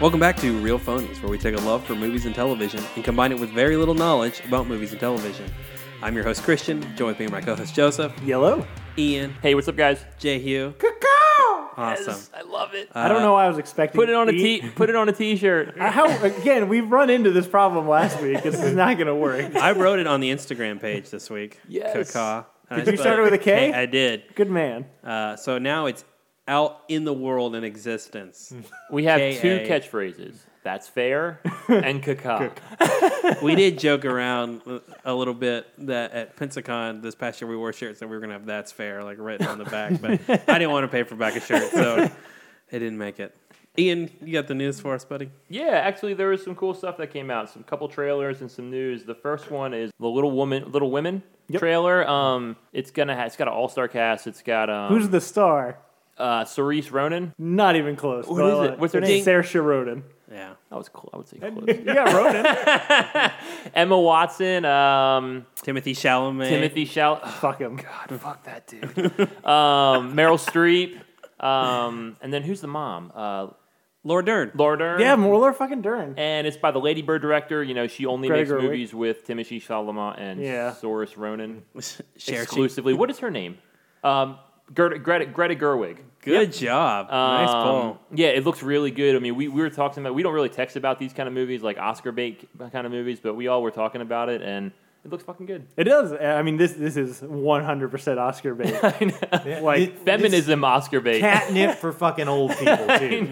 Welcome back to Real Phonies, where we take a love for movies and television and combine it with very little knowledge about movies and television. I'm your host, Christian, joined with me and my co host, Joseph, Yellow. Ian, Hey, what's up, guys? J. Hugh. Awesome. Yes, I love it. I don't know why I was expecting. put it on a E. t. Put it on a t-shirt. Uh, How again? We've run into this problem last week. This is not going to work. I wrote it on the Instagram page this week. Yes. Kaka. And Did I you spelled start it with a K? I did. Good man. Uh, so now it's out in the world in existence. We have two K.A.. catchphrases. That's fair and caca. we did joke around a little bit that at Pensacon this past year we wore shirts and we were gonna have "That's fair" like written on the back, but I didn't want to pay for back a shirt, so it didn't make it. Ian, you got the news for us, buddy? Yeah, actually, there was some cool stuff that came out. Some couple trailers and some news. The first one is the Little Woman, Little Women Yep. trailer. Um, it's gonna ha- it's got an all star cast. It's got um, Who's the star? uh, Cerise Ronan. Not even close. What but I is like it? What's her It's name? Saoirse Ronan. Yeah, That was cool. I would say close. yeah, Ronan. Emma Watson, um, Timothy Chalamet. Timothy Shall. Fuck him. Fuck that dude. um, Meryl Streep. Um, and then who's the mom? Uh, Laura Dern. Laura Dern. Yeah, Moeller fucking Dern. And it's by the Lady Bird director. You know, she only Greta makes Gerwig. movies with Timothy Chalamet and Yeah. Saoirse Ronan Cher- exclusively. What is her name? Um, Greta, Greta, Greta Gerwig. Good job. nice Um, pull. Yeah, it looks really good. I mean, we, we were talking about. We don't really text about these kind of movies, like Oscar bait kind of movies, but we all were talking about it, and it looks fucking good. It does. uh, I mean, this this is 100% Oscar bait. Like, Th- this Feminism Oscar bait. catnip for fucking old people too.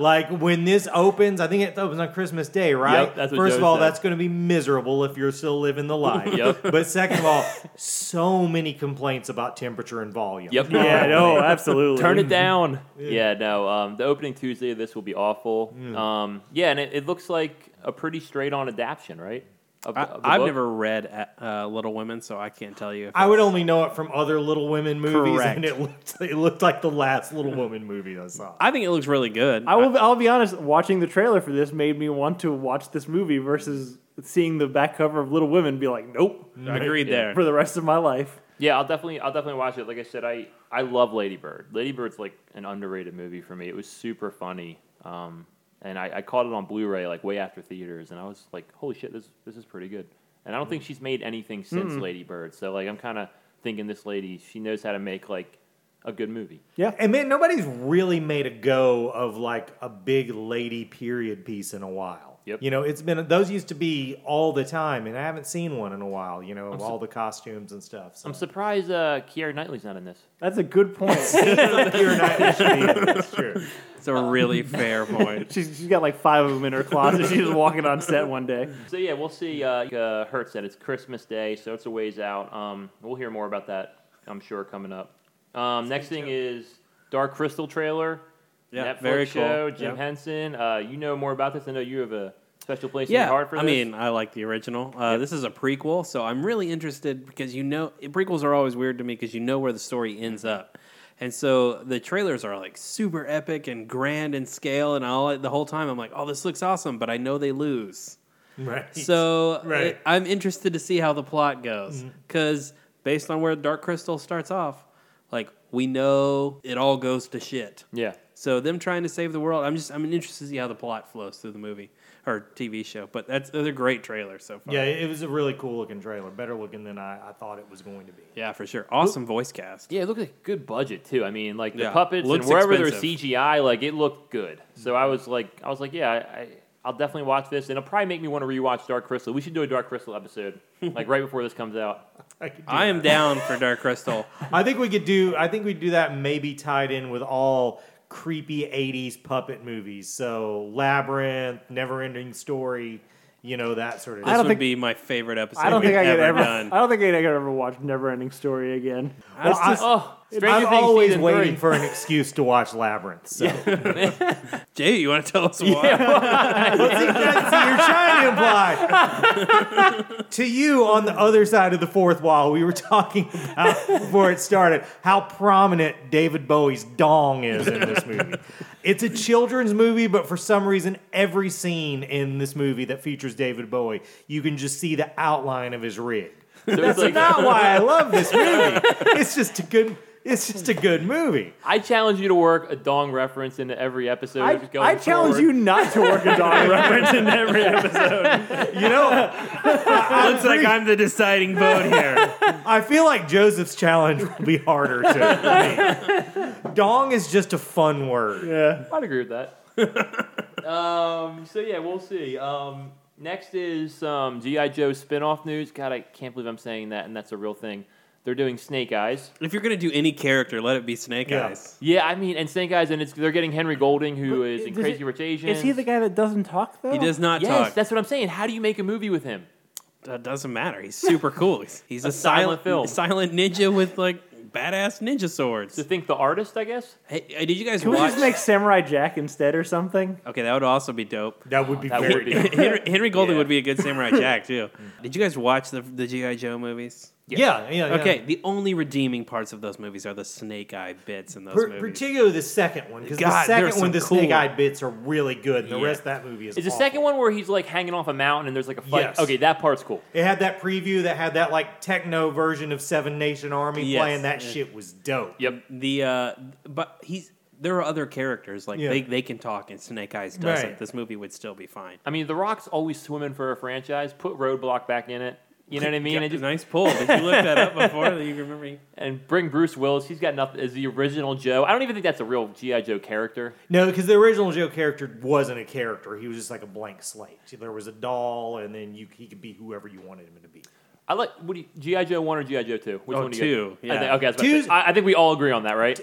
like when this opens, I think it opens on Christmas Day, right? Yep, that's what First Joe of all, said. that's going to be miserable if you're still living the life. Yep. But second of all, so many complaints about temperature and volume. Yep. yeah, no, absolutely. Turn it down. Yeah, no. Um, the opening Tuesday of this will be awful. Um, yeah, and it, it looks like a pretty straight on adaptation, right? Of, I, of the I've book? never read uh, Little Women, so I can't tell you. If I would it's- only know it from other Little Women movies, Correct. and it looked it looked like the last Little Women movie I saw. I think it looks really good. I will. I'll be honest. Watching the trailer for this made me want to watch this movie versus seeing the back cover of Little Women. Be like, nope, I agreed Yeah. there. for the rest of my life. Yeah, I'll definitely, I'll definitely watch it. Like I said, I, I love Lady Bird. Lady Bird's like an underrated movie for me. It was super funny, um, and I, I caught it on Blu-ray like way after theaters, and I was like, holy shit, this this is pretty good. And I don't think she's made anything since Lady Bird, so like I'm kind of thinking this lady, she knows how to make like a good movie. And man, nobody's really made a go of like a big lady period piece in a while. Yep. You know, it's been those used to be all the time, and I haven't seen one in a while. You know, of all the costumes and stuff. So. I'm surprised uh, Keira Knightley's not in this. That's a good point. Keira Knightley should be in this, sure. It's a really fair point. she's, she's got like five of them in her closet. She's just walking on set one day. So yeah, we'll see. Uh, uh, Hertz said it's Christmas Day, so it's a ways out. Um, we'll hear more about that, I'm sure, coming up. Um, next thing is Dark Crystal trailer. Yeah, Netflix very cool. show. Jim Yep. Henson. Uh, you know more about this. I know you have a special place in yeah, your heart for I this. mean, I like the original. Uh, This is a prequel, so I'm really interested because you know prequels are always weird to me because you know where the story ends Mm-hmm. up, and so the trailers are like super epic and grand in scale, and all the whole time I'm like, oh, this looks awesome, but I know they lose. Right. So Right. I- I'm interested to see how the plot Mm-hmm. goes because based on where Dark Crystal starts off, like we know it all goes to shit. yeah. So them trying to save the world, I'm just I'm interested to see how the plot flows through the movie or TV show. But that's those are great trailers so far. yeah, it was a really cool looking trailer, better looking than I, I thought it was going to be. Yeah, for sure. Awesome voice cast. Yeah, it looked like a good budget too. I mean, like the Yeah, puppets and looks wherever there's expensive. CGI, like it looked good. So I was like, I was like, yeah, I, I, I'll definitely watch this, and it'll probably make me want to rewatch Dark Crystal. We should do a Dark Crystal episode, like right before this comes out. I, could do I am that. down for Dark Crystal. I think we could do. I think we'd do that maybe tied in with all creepy '80s puppet movies. So Labyrinth, Never Ending Story. You know that sort of. This don't would think- be my favorite episode. I don't think I we've could ever. done. I don't think I could ever watch Neverending Story again. Well, I- Oh, Stranger I'm Things always season waiting three. for an excuse to watch Labyrinth. So Jay, you want to tell us why? that's what you're trying to imply. to you on the other side of the fourth wall, we were talking about before it started how prominent David Bowie's dong is in this movie. It's a children's movie, but for some reason, every scene in this movie that features David Bowie, you can just see the outline of his rig. So it's like, Not why I love this movie. It's just a good. It's just a good movie. I challenge you to work a dong reference into every episode. I, of going I challenge forward. you not to work a dog reference in every episode. You know, Looks like I'm the deciding vote here. I feel like Joseph's challenge will be harder to me. Dong is just a fun word. Yeah. I'd agree with that. um, so yeah, we'll see. Um, next is um, GI Joe spinoff news. God, I can't believe I'm saying that, and that's a real thing. They're doing Snake Eyes. If you're gonna do any character, let it be Snake Yeah. Eyes. Yeah, I mean, and Snake Eyes, and it's they're getting Henry Golding, who But is in does Crazy it- Rich Asians. Is he the guy that doesn't talk though? He does not Yes, talk. that's what I'm saying. How do you make a movie with him? That doesn't matter. He's super cool. He's, he's a, silent, silent film. silent ninja with like badass ninja swords. To think the artist, I guess. Hey, hey, did you guys Can we watch? just make Samurai Jack instead or something? okay, that would also be dope. That would be That would very be. good. Henry, Henry Golding Yeah. Mm. would be a good Samurai Jack too. Did you guys watch the the GI Joe movies? Yeah, Oh, yeah, yeah. Okay, the only redeeming parts of those movies are the snake eye bits in those Per- movies. particularly the second one because the God, there's second some one, the cool snake eyed ones. bits are really good. and The Yeah. rest of that movie is. Is the awful. second one where he's like hanging off a mountain and there's like a fight? Yes. Okay, that part's cool. It had that preview that had that like techno version of Seven Nation Army Yes. playing. That shit was dope. Yep. the uh, but he's there are other characters like Yeah. they, they can talk and Snake Eyes doesn't. Right. This movie would still be fine. I mean, The Rock's always swimming for a franchise. Put Roadblock back in it. You know what I mean? And, just, nice pull. Did you look that up before? Do you remember? and bring Bruce Willis. He's got nothing. Is the original Joe? I don't even think that's a real GI Joe character. No, because the original Joe character wasn't a character. He was just like a blank slate. There was a doll, and then you he could be whoever you wanted him to be. I like what do you, GI Joe one or GI Joe two? Which Oh, one do you two, Get? I yeah. think, okay, I, was about to say. Two's- I, I think we all agree on that, right?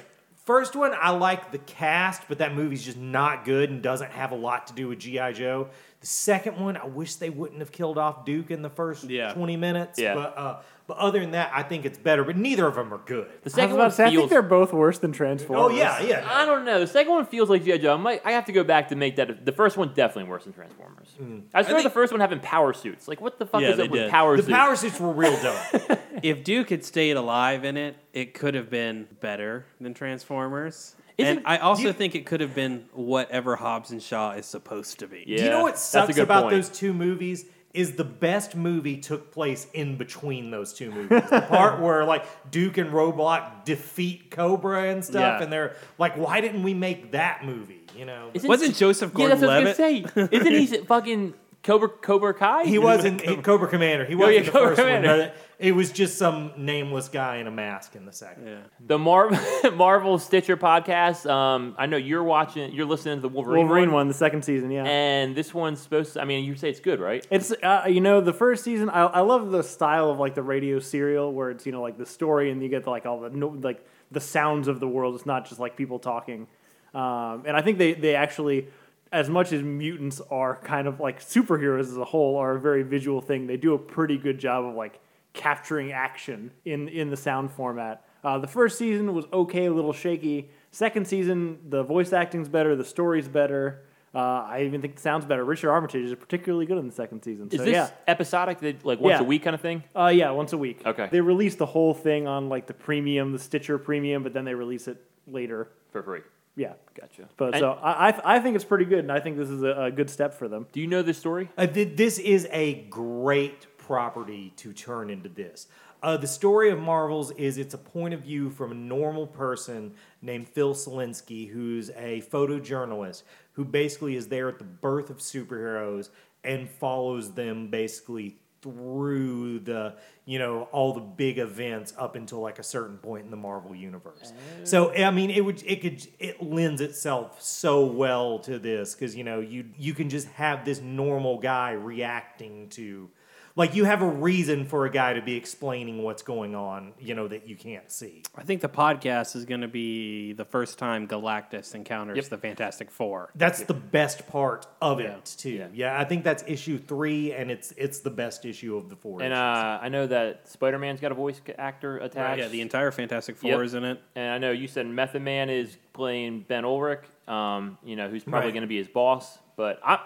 First one, I like the cast, but that movie's just not good and doesn't have a lot to do with G.I. Joe. The second one, I wish they wouldn't have killed off Duke in the first Yeah. 20 minutes. Yeah. But, uh, but other than that, I think it's better, but neither of them are good. The I was second about one to say, I think feels. they're both worse than Oh, Transformers. yeah, yeah. I don't know. The second one feels like GI Joe. I might. I have to go back to make that. The first one definitely worse than Transformers. I swear think- the first one having power suits. Like what the fuck Yeah, is they up with did. power The suits? power suits were real dumb. If Duke had stayed alive in it, it could have been better than Transformers. Isn't- and I also you- think it could have been whatever Hobbs and Shaw is supposed to be. Yeah. Do you know what that's a sucks good about point. those two movies? Is the best movie took place in between those two movies. The part where like Duke and Roblox defeat Cobra and stuff, Yeah. and they're like, why didn't we make that movie? You know? Isn't- Wasn't Joseph Yeah, that's what I Gordon-Levitt? was gonna say. Isn't he fucking Cobra Cobra Kai? He wasn't he- Cobra Commander. He wasn't Oh, yeah, the Cobra first one. Commander. But it was just some nameless guy in a mask in the second. Yeah. the Mar- Marvel Stitcher podcast. Um, I know you're watching. You're listening to the Wolverine, Wolverine one, one, the second season, yeah. and this one's supposed. to, I mean, you say it's good, right? It's uh, you know the first season. I, I love the style of like the radio serial where it's you know like the story and you get like all the no, like the sounds of the world. It's not just like people talking. Um, and I think they they actually, as much as mutants are kind of like superheroes as a whole are a very visual thing. They do a pretty good job of like capturing action in in the sound format. Uh, the first season was okay, a little shaky. Second season, the voice acting's better, the story's better. Uh, I even think it sounds better. Richard Armitage is particularly good in the second season. Is so this yeah, episodic? That like once Yeah. a week kind of thing? uh, yeah, once a week. Okay. They release the whole thing on like the premium, the Stitcher premium, but then they release it later. for free. Yeah, Gotcha. but And so I, I I think it's pretty good, and I think this is a, a good step for them. do you know this story? Uh, th- this is a great property to turn into this. Uh, the story of Marvels is it's a point of view from a normal person named Phil Selinsky, who's a photojournalist who basically is there at the birth of superheroes and follows them basically through the you know all the big events up until like a certain point in the Marvel universe. Oh. So I mean it would it could it lends itself so well to this cuz you know you you can just have this normal guy reacting to like you have a reason for a guy to be explaining what's going on, you know that you can't see. I think the podcast is going to be the first time Galactus encounters Yep. the Fantastic Four. That's the best part of it too. Yeah. Yeah. I think that's issue 3 and it's it's the best issue of the four. And issues. uh, I know that Spider Man's got a voice ca- actor attached. Yeah, the entire Fantastic Four Yep. is in it. and I know you said Method Man is playing Ben Ulrich. Um, you know who's probably Right. going to be his boss. But I,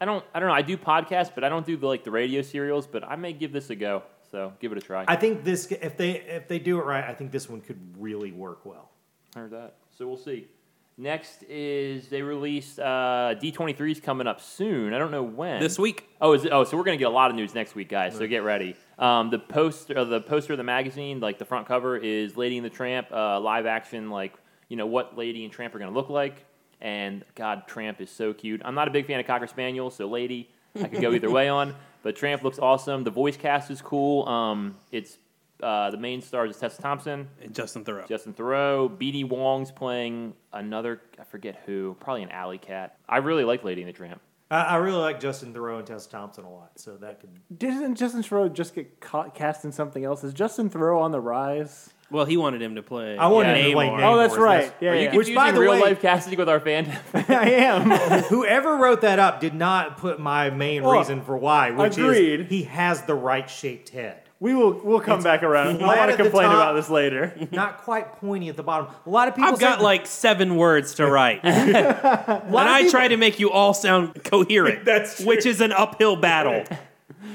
I don't, I don't know. I do podcasts, but I don't do the, like the radio serials. But I may give this a go. So give it a try. I think this if they if they do it right, I think this one could really work well. Heard that. So we'll see. Next is they released uh, D23 is coming up soon. I don't know when. This week, Oh, is it, oh, so we're gonna get a lot of news next week, guys. So get ready. Um, the poster, uh, the poster of the magazine, like the front cover, is Lady and the Tramp, uh, live action, like you know what Lady and Tramp are going to look like. And God, Tramp is so cute. I'm not a big fan of Cocker Spaniels, so Lady, I could go either way on. But Tramp looks awesome. The voice cast is cool. Um, it's uh, the main stars is Tessa Thompson. And Justin Thoreau. Justin Thoreau, BD Wong's playing another, I forget who, probably an alley cat. I really like Lady and the Tramp. I, I really like Justin Thoreau and Tessa Thompson a lot, so that could. Didn't Justin Thoreau just get caught, cast in something else? Is Justin Thoreau on the rise? well, he wanted him to play. I wanted him to play Namor. Oh, that's is right. this- Yeah, Are you yeah. Which, by confusing the real way- life Cassidy with our fan? I am. Whoever wrote that up did not put my main Oh, reason for why, which agreed. is he has the right shaped head. We will. We'll come back around. I want flat at to the complain top. about this later. Not quite pointy at the bottom. A lot of people I've got say, like seven words to write, and I people- try to make you all sound coherent. That's true. which is an uphill battle.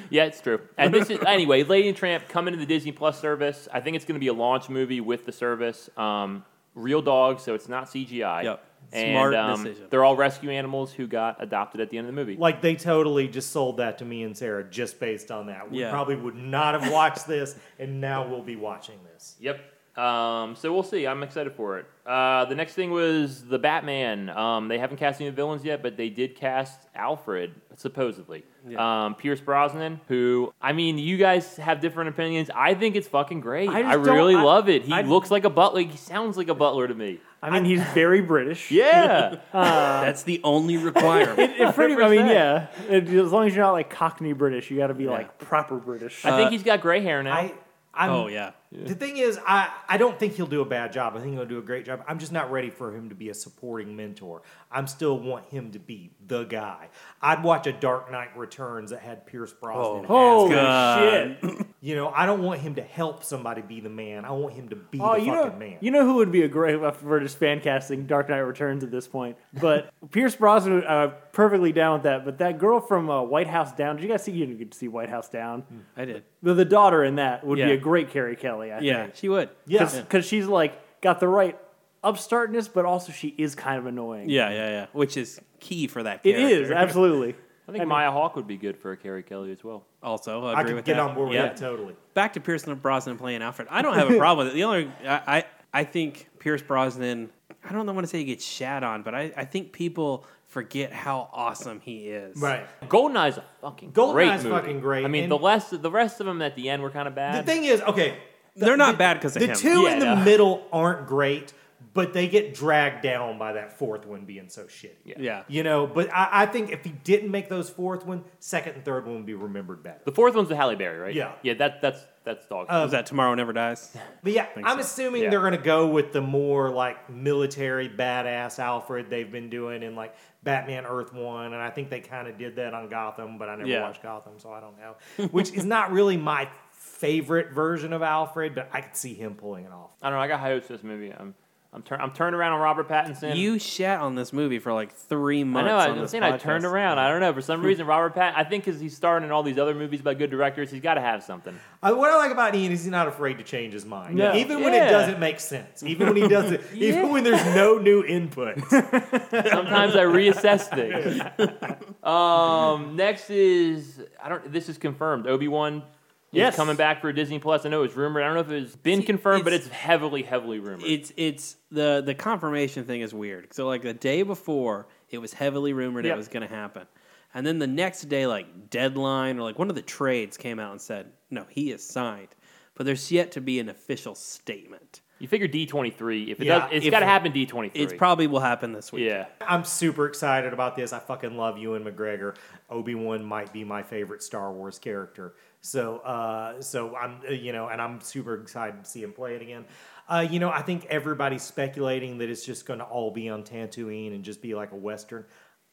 yeah, it's true. And this is, anyway, Lady and the Tramp coming to the Disney Plus service. I think it's going to be a launch movie with the service. Um, real dogs, so it's not CGI. Yep. And, Smart um, decision. They're all rescue animals who got adopted at the end of the movie. like they totally just sold that to me and Sarah just based on that. We Yeah. probably would not have watched this, and now we'll be watching this. Yep. Um, so we'll see. I'm excited for it. Uh, the next thing was the Batman. Um, they haven't cast any of the villains yet, but they did cast Alfred, supposedly. Um, Pierce Brosnan, who I mean, you guys have different opinions. I think it's fucking great. I I, just don't- really I- love it. He I- looks like a butler. He sounds like a butler to me. I mean, he's very British. Yeah. That's the only requirement. It pretty, I mean, 100%. yeah. It- as long as you're not like Cockney British, you got to be like proper British. I think he's got gray hair now. I, I'm, oh yeah, The thing is, I, I don't think he'll do a bad job. I think he'll do a great job. I'm just not ready for him to be a supporting mentor. I'm still want him to be the guy. I'd watch a Dark Knight Returns that had Pierce Brosnan. Holy as- God. shit! you know, I don't want him to help somebody be the man. I want him to be Oh, the you fucking know, man. you know who would be a great for just fan casting Dark Knight Returns at this point. But Pierce Brosnan, uh, perfectly down with that. But that girl from uh, White House Down, did you guys see? You didn't get to see White House Down. I did. The, the daughter in that would Yeah. be a great Carrie Kelly. I Yeah, think. she would. Yeah. because she's like got the right upstartness, but also she is kind of annoying. yeah, yeah, yeah. Which is key for that. it is Character. absolutely. I think Maya Hawk would be good for a Carrie Kelly as well. Also, I I agree could with get that. on board with Yeah. that totally. back to Pierce Brosnan playing Alfred. I don't have a problem with it. The only I I, I think Pierce Brosnan. I don't want to say he gets shat on, but I, I think people forget how awesome he is. Right. Goldeneye's a fucking great Goldeneye's movie. fucking great, I mean, and- the less the rest of them at the end were kind of bad. The thing is, okay, They're not bad because of the him. two in the Yeah. middle aren't great, but they get dragged down by that fourth one being so shitty. Yeah. You know, but I, I think if he didn't make those fourth one, second and third one would be remembered better. the fourth one's with Halle Berry, right? Yeah. Yeah. That that's that's dog. Was that Tomorrow Never Dies? But yeah, I'm so. assuming Yeah. they're going to go with the more like military badass Alfred they've been doing in like Batman Earth One, and I think they kind of did that on Gotham, but I never Yeah. watched Gotham, so I don't know. Which is not really my favorite version of Alfred, but I could see him pulling it off. I don't know. I got high hopes for this movie. I'm I'm, turn, I'm turned around on Robert Pattinson. You shat on this movie for like three I months. know. on I'm this saying I turned podcast. around. I don't know. For some reason, Robert Pattinson. I think because he's starring in all these other movies by good directors, he's got to have something. I, Uh, what I like about Ian is he's not afraid to change his mind, No. even when it Yeah. doesn't make sense, even when he doesn't, even when there's no new input. Sometimes I reassess things. Um, next is I don't. This is confirmed. Obi Wan. Yes. Is coming back for Disney Plus. I know it was rumored. I don't know if it's been See, confirmed, but it's- it's heavily, heavily rumored. It's it's the the confirmation thing is weird. So like the day before, it was heavily rumored Yeah. it was going to happen, and then the next day, like deadline or like one of the trades came out and said, "No, he is signed," but there's yet to be an official statement. you figure D twenty three. If it Yeah, does, it's if- got to happen D twenty three. It probably will happen this week. yeah. I'm super excited about this. I fucking love Ewan McGregor. Obi Wan might be my favorite Star Wars character. So, uh, so I'm uh, you know, and I'm super excited to see him play it again. Uh, you know, I think everybody's speculating that it's just going to all be on Tatooine and just be like a western.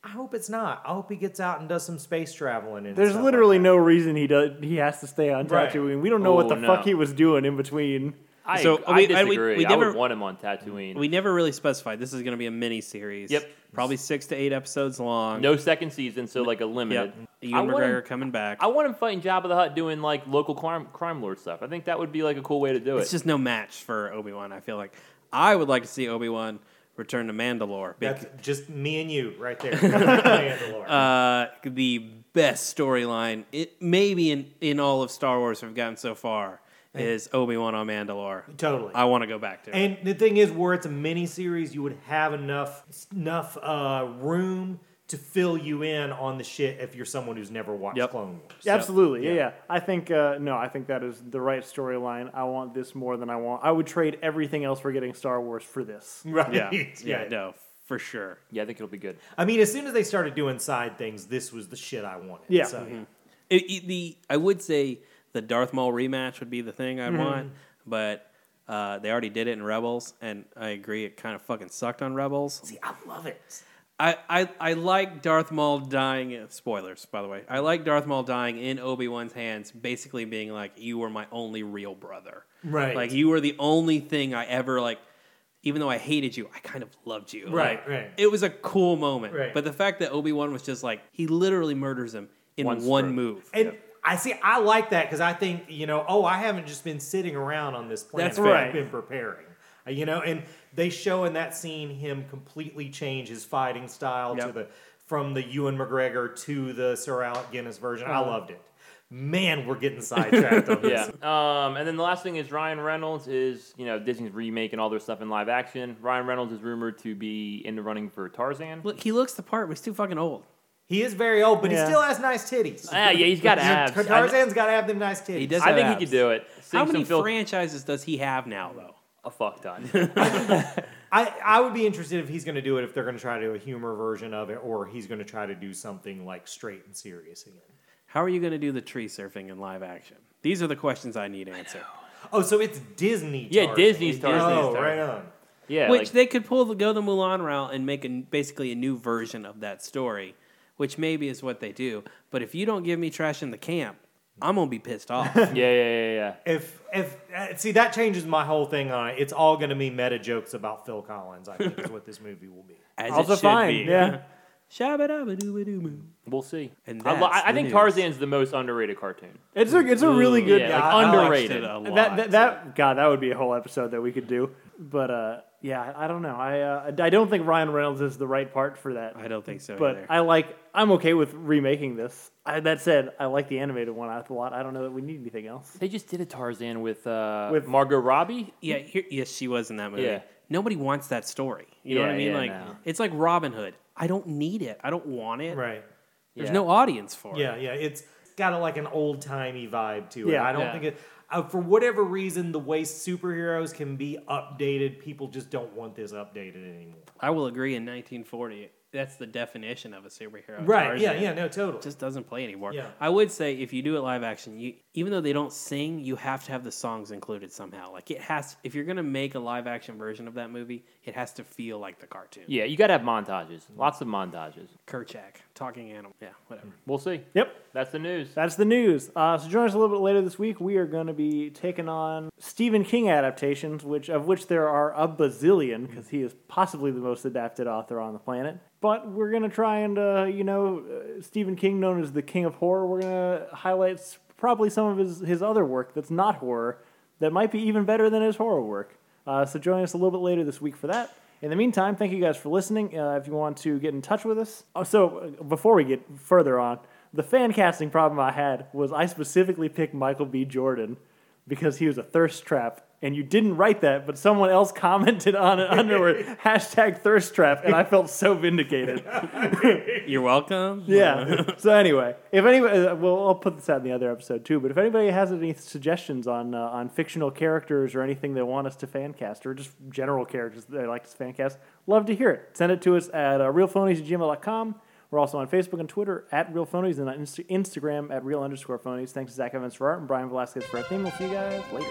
I hope it's not. I hope he gets out and does some space traveling. And There's stuff like literally that. no reason he does. He has to stay on Right. Tatooine. We don't know what Oh, the no. fuck he was doing in between. I, So, we- I I- we- disagree. we I would never- want him on Tatooine. We never really specified. This is going to be a mini series. Yep. Probably six to eight episodes long. no second season, so like a limited. Yep. I Ewan want him- McGregor coming back. I want him fighting Jabba the Hutt doing like local crime crime lord stuff. I think that would be like a cool way to do it. it's just no match for Obi Wan. I feel like I would like to see Obi Wan Return to Mandalore. Bec- That's just me and you right there. Mandalore. uh, the best storyline, it maybe in, in all of Star Wars we've gotten so far, is Obi Wan on Mandalore. Totally. I want to go back to it. And the thing is, where it's a mini series, you would have enough enough uh, room to fill you in on the shit if you're someone who's never watched Yep. Clone Wars. Absolutely, yeah, Yeah. yeah. I think uh, no, I think that is the right storyline. I want this more than I want. I would trade everything else for getting Star Wars for this. Right. yeah, yeah, no, for sure. Yeah, I think it'll be good. I mean, as soon as they started doing side things, this was the shit I wanted. Yeah. So, Mm-hmm. It, it- the I would say the Darth Maul rematch would be the thing I'd want, but uh, they already did it in Rebels, and I agree it kind of fucking sucked on Rebels. See, I love it. I, I, I like Darth Maul dying. Spoilers, by the way. I like Darth Maul dying in Obi Wan's hands, basically being like, "You were my only real brother. Right. Like you were the only thing I ever like. Even though I hated you, I kind of loved you. Right, Like, right. It was a cool moment. Right. But the fact that Obi Wan was just like he literally murders him in One one stroke. move. And I see, I like that because I think, you know, oh, I haven't just been sitting around on this planet. That's right. I've been preparing. Uh, You know, and they show in that scene him completely change his fighting style to Yep. the from the Ewan McGregor to the Sir Alec Guinness version. I loved it. Man, we're getting sidetracked on Yeah. this. Um, and then the last thing is Ryan Reynolds is you know Disney's remaking all their stuff in live action. Ryan Reynolds is rumored to be in the running for Tarzan. Look, he looks the part, but he's too fucking old. He is very old, but Yeah. he still has nice titties. Ah, yeah, he's got abs. I- Tarzan's got to have them nice titties. He does. I have think he abs. could do it. Sing How many some Phil- franchises does he have now, though? a fuck ton. I, I would be interested if he's going to do it, if they're going to try to do a humor version of it, or he's going to try to do something like straight and serious again. How are you going to do the tree surfing in live action? These are the questions I need answered. Oh, so it's Disney. Yeah, Tarzan. Disney's Tarzan. Oh, Disney's right on. yeah, which like- they could pull the go the Mulan route and make a, n- basically a new version of that story, which maybe is what they do. But if you don't give me trash in the camp, I'm gonna be pissed off. yeah, yeah, yeah, yeah. If if uh, see that changes my whole thing on it. It's all going to be meta jokes about Phil Collins. I think is what this movie will be. As Also it should fine, be. yeah. Shabba-dabba-doo-ba-doo-moo. We'll see. And I, lo- that's I- I the think news. Tarzan's the most underrated cartoon. It's a it's a really good. yeah, Yeah, like I- I I watched it underrated. a lot, that that, so- that God, that would be a whole episode that we could do. But uh, yeah, I- I don't know. I uh, I don't think Ryan Reynolds is the right part for that. I don't think so but either. I like. I'm okay with remaking this. I, that said, I like the animated one a lot. I don't know that we need anything else. they just did a Tarzan with uh, With- Margot Robbie. yeah, here, yes, she was in that movie. Yeah. Nobody wants that story. You know Yeah, what I mean? yeah, like no. it's like Robin Hood. I don't need it. I don't want it. Right. There's Yeah. no audience for it. Yeah, yeah. It's got a, like an old timey vibe to it. Yeah. I don't Yeah. think it. Uh, for whatever reason, the way superheroes can be updated, people just don't want this updated anymore. I will agree. In 1940, that's the definition of a superhero. Right? Yeah, Tarzan. yeah. No, totally. just doesn't play anymore. Yeah. I would say if you do it live action, you even though they don't sing, you have to have the songs included somehow. Like it has if you're gonna make a live action version of that movie, it has to feel like the cartoon. Yeah, you got to have montages. Lots of montages. Kerchak, talking animal. Yeah, whatever. We'll see. Yep. That's the news. That's the news. Uh, so join us a little bit later this week. We are going to be taking on Stephen King adaptations, which of which there are a bazillion, because he is possibly the most adapted author on the planet. But we're going to try and, uh, you know, uh, Stephen King, known as the King of Horror, we're going to highlight s- probably some of his, his other work that's not horror, that might be even better than his horror work. Uh, so join us a little bit later this week for that. In the meantime, thank you guys for listening. Uh, if you want to get in touch with us, oh, so uh, before we get further on, the fan casting problem I had was I specifically picked Michael B. Jordan because he was a thirst trap, and you didn't write that, but someone else commented on it underward hashtag thirst trap, and I felt so vindicated. You're welcome. Yeah. so anyway, if anybody, uh, well, I'll put this out in the other episode too. But if anybody has any suggestions on uh, on fictional characters or anything they want us to fan cast, or just general characters that they like to fan cast, love to hear it. Send it to us at uh, realphonies@gmail.com. We're also on Facebook and Twitter at Real Phonies and on Inst- Instagram at Real underscore Phonies. Thanks to Zach Evans for art and Brian Velasquez for our theme. We'll see you guys later.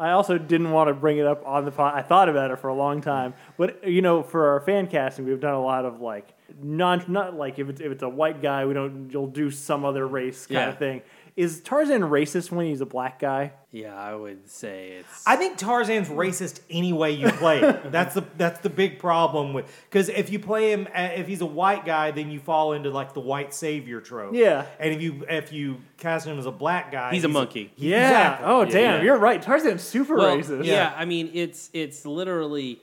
I also didn't want to bring it up on the pod. I thought about it for a long time, but you know, for our fan casting, we've done a lot of like non, not like if it's if it's a white guy, we don't you'll do some other race kind Yeah. of thing. Is Tarzan racist when he's a black guy? Yeah, I would say it's. I think Tarzan's racist any way you play it. That's the that's the big problem with because if you play him a- if he's a white guy, then you fall into like the white savior trope. Yeah. and if you if you cast him as a black guy, He's a monkey. Yeah. Oh, Yeah, damn. yeah. You're right. Tarzan's super well, racist. yeah. Yeah. I mean, it's it's literally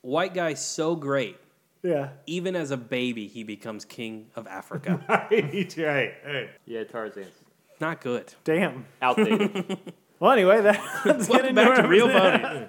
white guy so great. Yeah. Even as a baby, he becomes king of Africa. right, right, right. Yeah, Tarzan's Not good. Damn. outdated. Well, anyway, that, let's get Welcome into back to our- Real Pony.